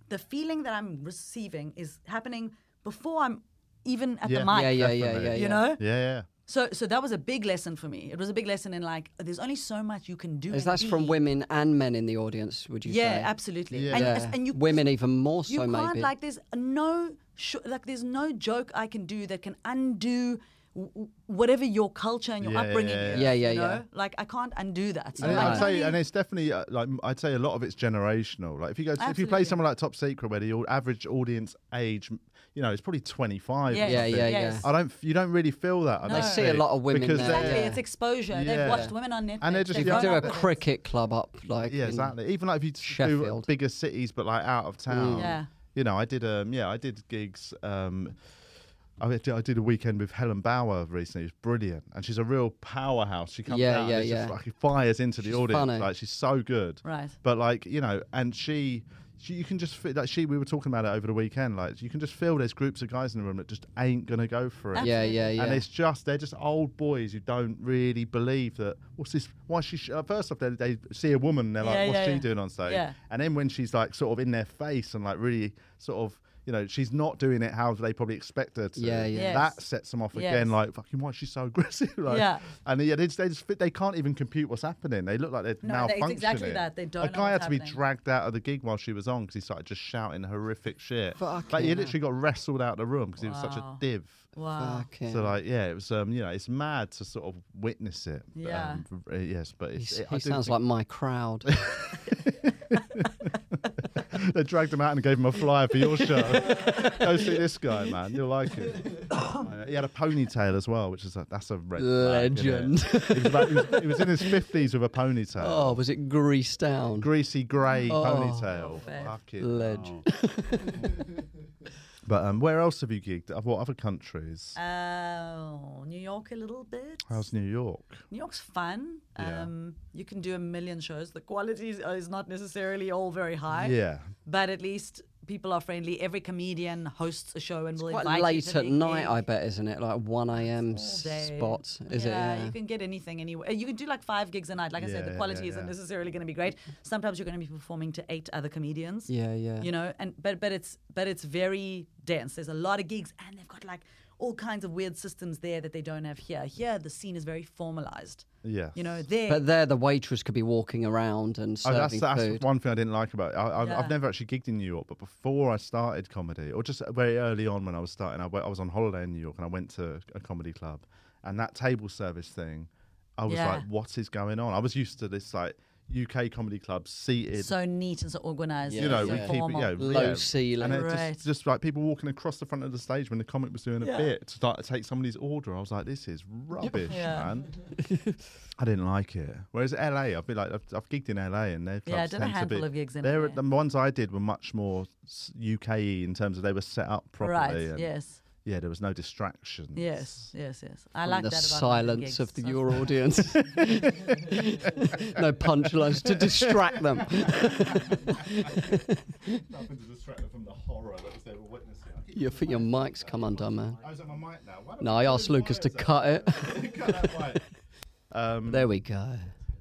the feeling that I'm receiving is happening before I'm even at Yeah. the mic. Yeah, yeah, yeah, Definitely. yeah. You yeah. know? Yeah, yeah. So, so that was a big lesson for me. It was a big lesson in like, there's only so much you can do. Is and that's from be. women and men in the audience? Would you Yeah, say? absolutely. Yeah. And, Yeah. and you, women even more you so, can't maybe. like. There's no sh- like. There's no joke I can do that can undo w- w- whatever your culture and your Yeah, upbringing yeah, is. yeah. Yeah, yeah, you know? yeah. Like I can't undo that. So And like, I'd it's say, only- and it's definitely uh, like m- I'd say a lot of it's generational. Like if you go, if you play Absolutely. someone like Top Secret, where the au- average audience age, m- you know, it's probably twenty five. yes, Yeah, yeah, yeah. yes. I don't, f- you don't really feel that. I They don't see a think, lot of women because now. they're- Exactly, Yeah. it's exposure. They've Yeah. watched women on Netflix. And they're just They've if you young. grown do a up with it. cricket club up, like Yeah, in- exactly. Even like if you just do Sheffield. Mm. bigger cities, but like out of town. Yeah. You know, I did. Um, yeah, I did gigs. Um, I did, I did a weekend with Helen Bauer recently. It was brilliant, and she's a real powerhouse. She comes Yeah, out yeah, and it's just yeah. like fires into She's the audience. funny. Like she's so good. Right. But like you know, and she, she you can just feel like she. We were talking about it over the weekend. Like you can just feel there's groups of guys in the room that just ain't gonna go for it. Yeah, yeah, yeah. And it's just they're just old boys who don't really believe that what's this? Why she? Sh-? uh, First off, they, they see a woman, and they're like, Yeah, "What's yeah, she yeah. doing on stage?" Yeah. And then when she's like, sort of in their face, and like really sort of, you know, she's not doing it how they probably expect her to. Yeah, yeah. Yes. That sets them off Yes. again. Like, fucking, why is she so aggressive? like, Yeah. And yeah, they just, they just fit- they can't even compute what's happening. They look like they're No, they- it's malfunctioning. exactly that. They don't know A guy had what's to be happening. dragged out of the gig while she was on because he started just shouting horrific shit. like, Fucking he hell. literally got wrestled out of the room because he was such a Wow. div. Wow. Fucking. So like, yeah, it was um, you know, it's mad to sort of witness it. Yeah. Um, r- uh, yes, but it's, He's- it, I he do sounds like my crowd. think they dragged him out and gave him a flyer for your show. Go see this guy, man. You'll like it. Uh, he had a ponytail as well, which is a, that's a red flag, innit? Legend. he, was about, he, was, he was in his fifties with a ponytail. oh, was it greased down? Greasy grey Oh. ponytail. Fair. Fucking Ledge. But um, where else have you gigged? Uh, What other countries? Oh, New York a little bit. How's New York? New York's fun. Yeah. Um, you can do a million shows. The quality is- is not necessarily all very high, Yeah, but at least people are friendly. Every comedian hosts a show and will Quite invite you late to at the night, I gig bet, isn't it? Like 1 a.m. all day. spots. Is yeah, it? you can get anything anywhere. Uh, You can do like five gigs a night. Like I said, Yeah, the yeah, quality yeah. isn't necessarily going to be great. Sometimes you're going to be performing to eight other comedians. Yeah, yeah. You know, and but but it's but it's very dense. There's a lot of gigs, and they've got like all kinds of weird systems there that they don't have here. Here, the scene is very formalized. yeah. You know, there But there, the waitress could be walking around and Oh, serving that's, food. that's one thing I didn't like about it. I, I've, Yeah. I've never actually gigged in New York, but before I started comedy, or just very early on when I was starting, I, went, I was on holiday in New York and I went to a comedy club, and that table service thing, I was Yeah. like, what is going on? I was used to this like UK comedy clubs seated. so neat and so organized. you know, and so we yeah. keep it, formal. yeah, Low yeah. ceiling. And it's Right. just, just like people walking across the front of the stage when the comic was doing a Yeah. bit to like, take somebody's order. I was like, this is rubbish, Yeah. man. I didn't like it. Whereas LA, I've been like, I've, I've gigged in LA and their Yeah, I clubs did a tend to handful be. of gigs in they're- LA. The ones I did were much more UK in terms of they were set up properly. Right. and Yes. Yeah, there was no distractions. Yes. Yes. Yes. I and like the that about silence gigs. of the, So- your audience. no punchlines to distract them. Nothing to distract them from the horror that they were witnessing. You think your mic's come undone, man? I was at my mic now. Why don't No, we I do asked Lucas to wires cut it. up? Cut that mic. Um, There we go.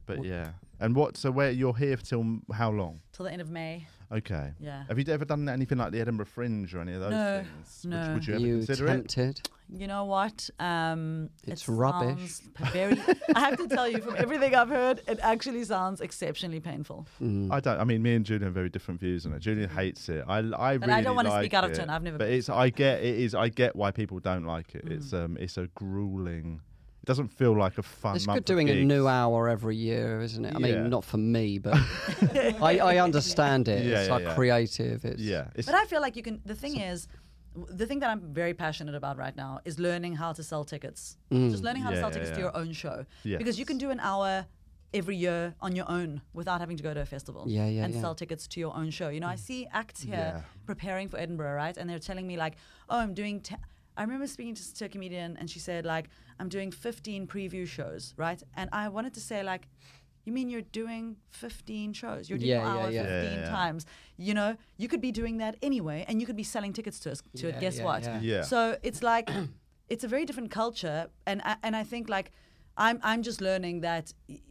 but yeah. And what? So where you're here till m- how long? Till the end of May. Okay. Yeah. Have you ever done anything like the Edinburgh Fringe or any of those No, things? no. Would, would you ever You consider it? tempted. You know what? Um, it It's rubbish. sounds p- Very. I have to tell you, from everything I've heard, it actually sounds exceptionally painful. I don't. I mean, me and Julian have very different views on it. Julian hates it. I, I Mm. But really. I don't wanna like speak out of it, turn. I've never But been Mm. it's. I get. It is. I get why people don't like it. It's um. It's a grueling. It doesn't feel like a fun. It's month good of doing a new gigs. hour every year, isn't it? I Yeah. mean, not for me, but I, I understand it. Yeah, it's yeah, our yeah. creative. It's Yeah. It's, But I feel like you can. The thing is, w- the thing that I'm very passionate about right now is learning how to sell tickets. Just learning how to Mm, Yeah, sell yeah, tickets to yeah. your own show. Yes. Because you can do an hour every year on your own without having to go to a festival. Yeah, yeah, And yeah. sell tickets to your own show. You know, I see acts here Mm. Yeah. preparing for Edinburgh, right? And they're telling me like, oh, I'm doing. Te- I remember speaking to, to a comedian and she said like, I'm doing 15 preview shows, right? And I wanted to say like. You mean you're doing 15 shows? You're doing Yeah, your hour yeah, yeah. 15 Yeah, yeah. times. You know, you could be doing that anyway, and you could be selling tickets to us. To it. Yeah, guess yeah, what? yeah. Yeah. So it's like, it's a very different culture, and I, and I think like, I'm I'm just learning that. y-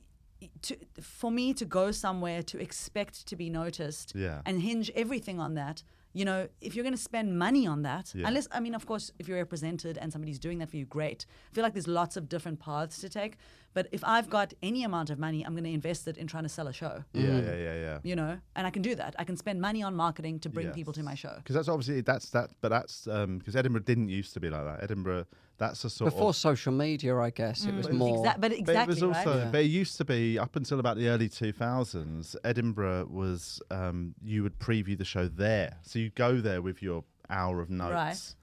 y- To, for me to go somewhere to expect to be noticed Yeah. and hinge everything on that you know if you're going to spend money on that Yeah. unless i mean of course if you're represented and somebody's doing that for you great i feel like there's lots of different paths to take but if i've got any amount of money i'm going to invest it in trying to sell a show yeah. Mm. Yeah. Yeah. Yeah. you know, and I can do that. I can spend money on marketing to bring people to my show. Because that's obviously that's that, but that's um because Edinburgh didn't used to be like that. Edinburgh, that's a sort Before of social media, I guess it was But it's more. Hmm. Exact, but But exactly, it was also, right? but it used to be up until about the early 2000s. Edinburgh was um, you would preview the show there, so you go there with your hour of notes, Right.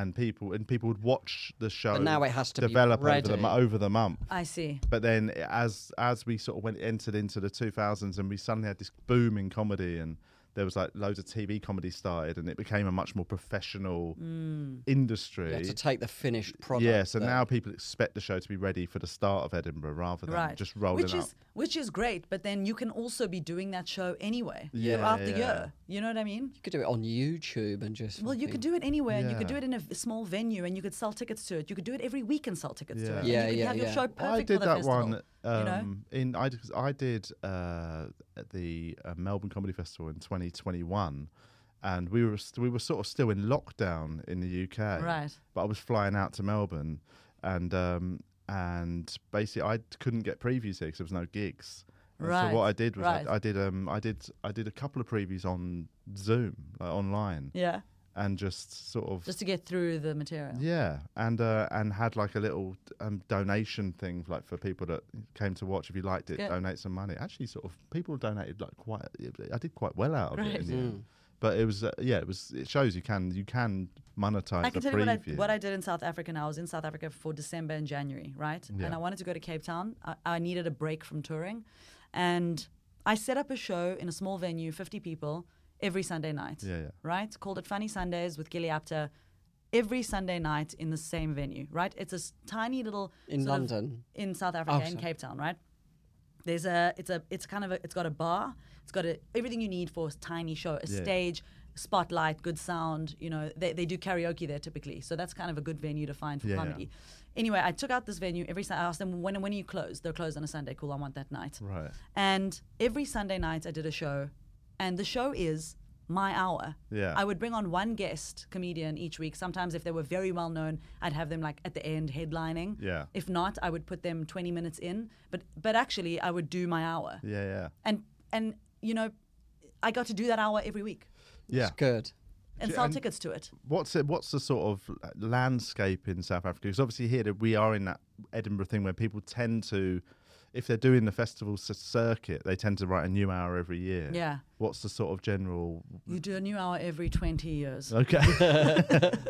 and people and people would watch the show. now it has to be develop over the ready. mo- over the month. I see. But then, as as we sort of went entered into the 2000s, and we suddenly had this boom in comedy, and there was like loads of TV comedy started, and it became a much more professional Mm. industry. you had to take the finished product. Yeah, so that- now people expect the show to be ready for the start of Edinburgh rather than Right. just rolling which up. is which is great, but then you can also be doing that show anyway Yeah, throughout the yeah. year. You know what I mean? you could do it on YouTube and just. Well, you fucking- could do it anywhere, and you could Yeah. do it in a v- small venue, and you could sell tickets to it. You could do it every week and sell tickets to Yeah. it. Yeah, and you could yeah, have your yeah. show Well, perfect I did for the that festival. one. you know? Um, in I, 'cause I did uh, at the uh, Melbourne Comedy Festival in 2021, and we were st- we were sort of still in lockdown in the UK. Right. But I was flying out to Melbourne, and um, and basically I couldn't get previews here because there was no gigs. And Right, So what I did was right. I, I did um I did I did a couple of previews on Zoom like online Yeah, and just sort of just to get through the material. yeah, and uh, and had like a little um, donation thing, like for people that came to watch. If you liked it, Good. donate some money. Actually, sort of people donated like quite. I did quite well out of it. Right. In the end. But it was uh, yeah, it was. It shows you can you can monetize I can the tell you what I, preview. what I did in South Africa. Now I was in South Africa for December and January, right? And I wanted to go to Cape Town. I, I needed a break from touring, and I set up a show in a small venue, 50 people, every Sunday night. Yeah, yeah. Right? Called it Funny Sundays with Gilly Apter. Every Sunday night in the same venue, right? It's a s- tiny little In sort of- London? in South Africa, in sorry. Cape Town, right? There's a it's a it's kind of a, it's got a bar. It's got a, everything you need for a tiny show, a stage, spotlight, good sound. You know they, they do karaoke there typically, so that's kind of a good venue to find for Yeah, yeah. comedy. Anyway, I took out this venue every Sunday. I asked them when when are you closed? They're closed on a Sunday. Cool, I want that night. Right. And every Sunday night I did a show, and the show is my hour. Yeah. I would bring on one guest comedian each week. Sometimes if they were very well known, I'd have them like at the end headlining. Yeah. If not, I would put them 20 minutes in, but but actually I would do my hour. yeah, yeah, And and you know, I got to do that hour every week yeah. It's good. and sell tickets to it. What's it? What's the sort of landscape in South Africa? Because obviously here that we are in that Edinburgh thing where people tend to. if they're doing the festival c- circuit, they tend to write a new hour every year. Yeah. What's the sort of general? You do a new hour every 20 years. Okay.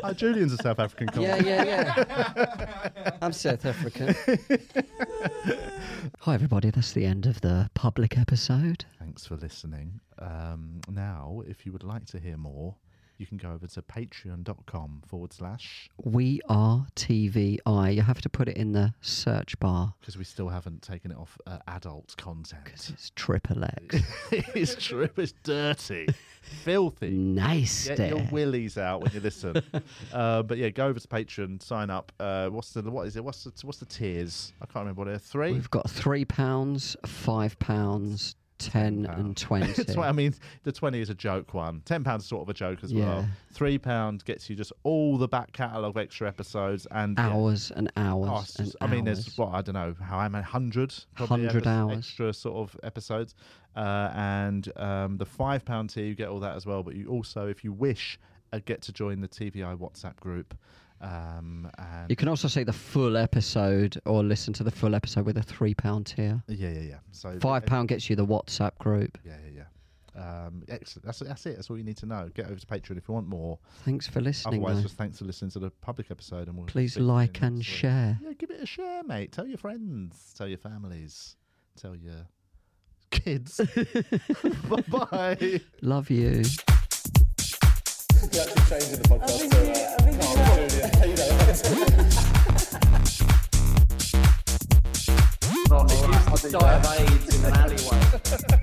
oh, Julian's a South African comic. Yeah, yeah, yeah. I'm South African. Hi, everybody. That's the end of the public episode. Thanks for listening. Um, now, if you would like to hear more, you can go over to patreon.com forward slash We are TVI. You have to put it in the search bar because we still haven't taken it off uh, adult because content. it's triple X. it's true. It's dirty, filthy. nice Get your there. willies out when you listen. uh, but yeah, go over to Patreon, sign up. Uh, what's the what is it? What's the what's the tiers? I can't remember what they're. Three. We've got three pounds, five pounds, ten, and twenty. That's what I mean. The twenty is a joke one. Ten pounds sort of a joke as well. Yeah. Three pound gets you just all the back catalogue of extra episodes and yeah. Hours and hours. Oh, it's and just- I mean, hours. there's what I don't know how I'm at hundred, 100 hours. extra sort of episodes, uh, and um, the five pound tier you get all that as well. But you also, if you wish, uh, get to join the TVI WhatsApp group. Um, and You can also see the full episode or listen to the full episode with a three pound tier. yeah, yeah, yeah. So Five pound gets you the WhatsApp group. Yeah, yeah, yeah. Um, excellent. That's that's it. That's all you need to know. Get over to Patreon if you want more. Thanks for listening. Otherwise, though. just thanks for listening to the public episode, and we'll Please speak to you like next and week. share. Yeah, give it a share, mate. Tell your friends. Tell your families. Tell your kids. bye bye. Love you. We actually changing the podcast. so, uh, no, I'm sorry, yeah, paid out. Not, it used to die of AIDS in an alleyway.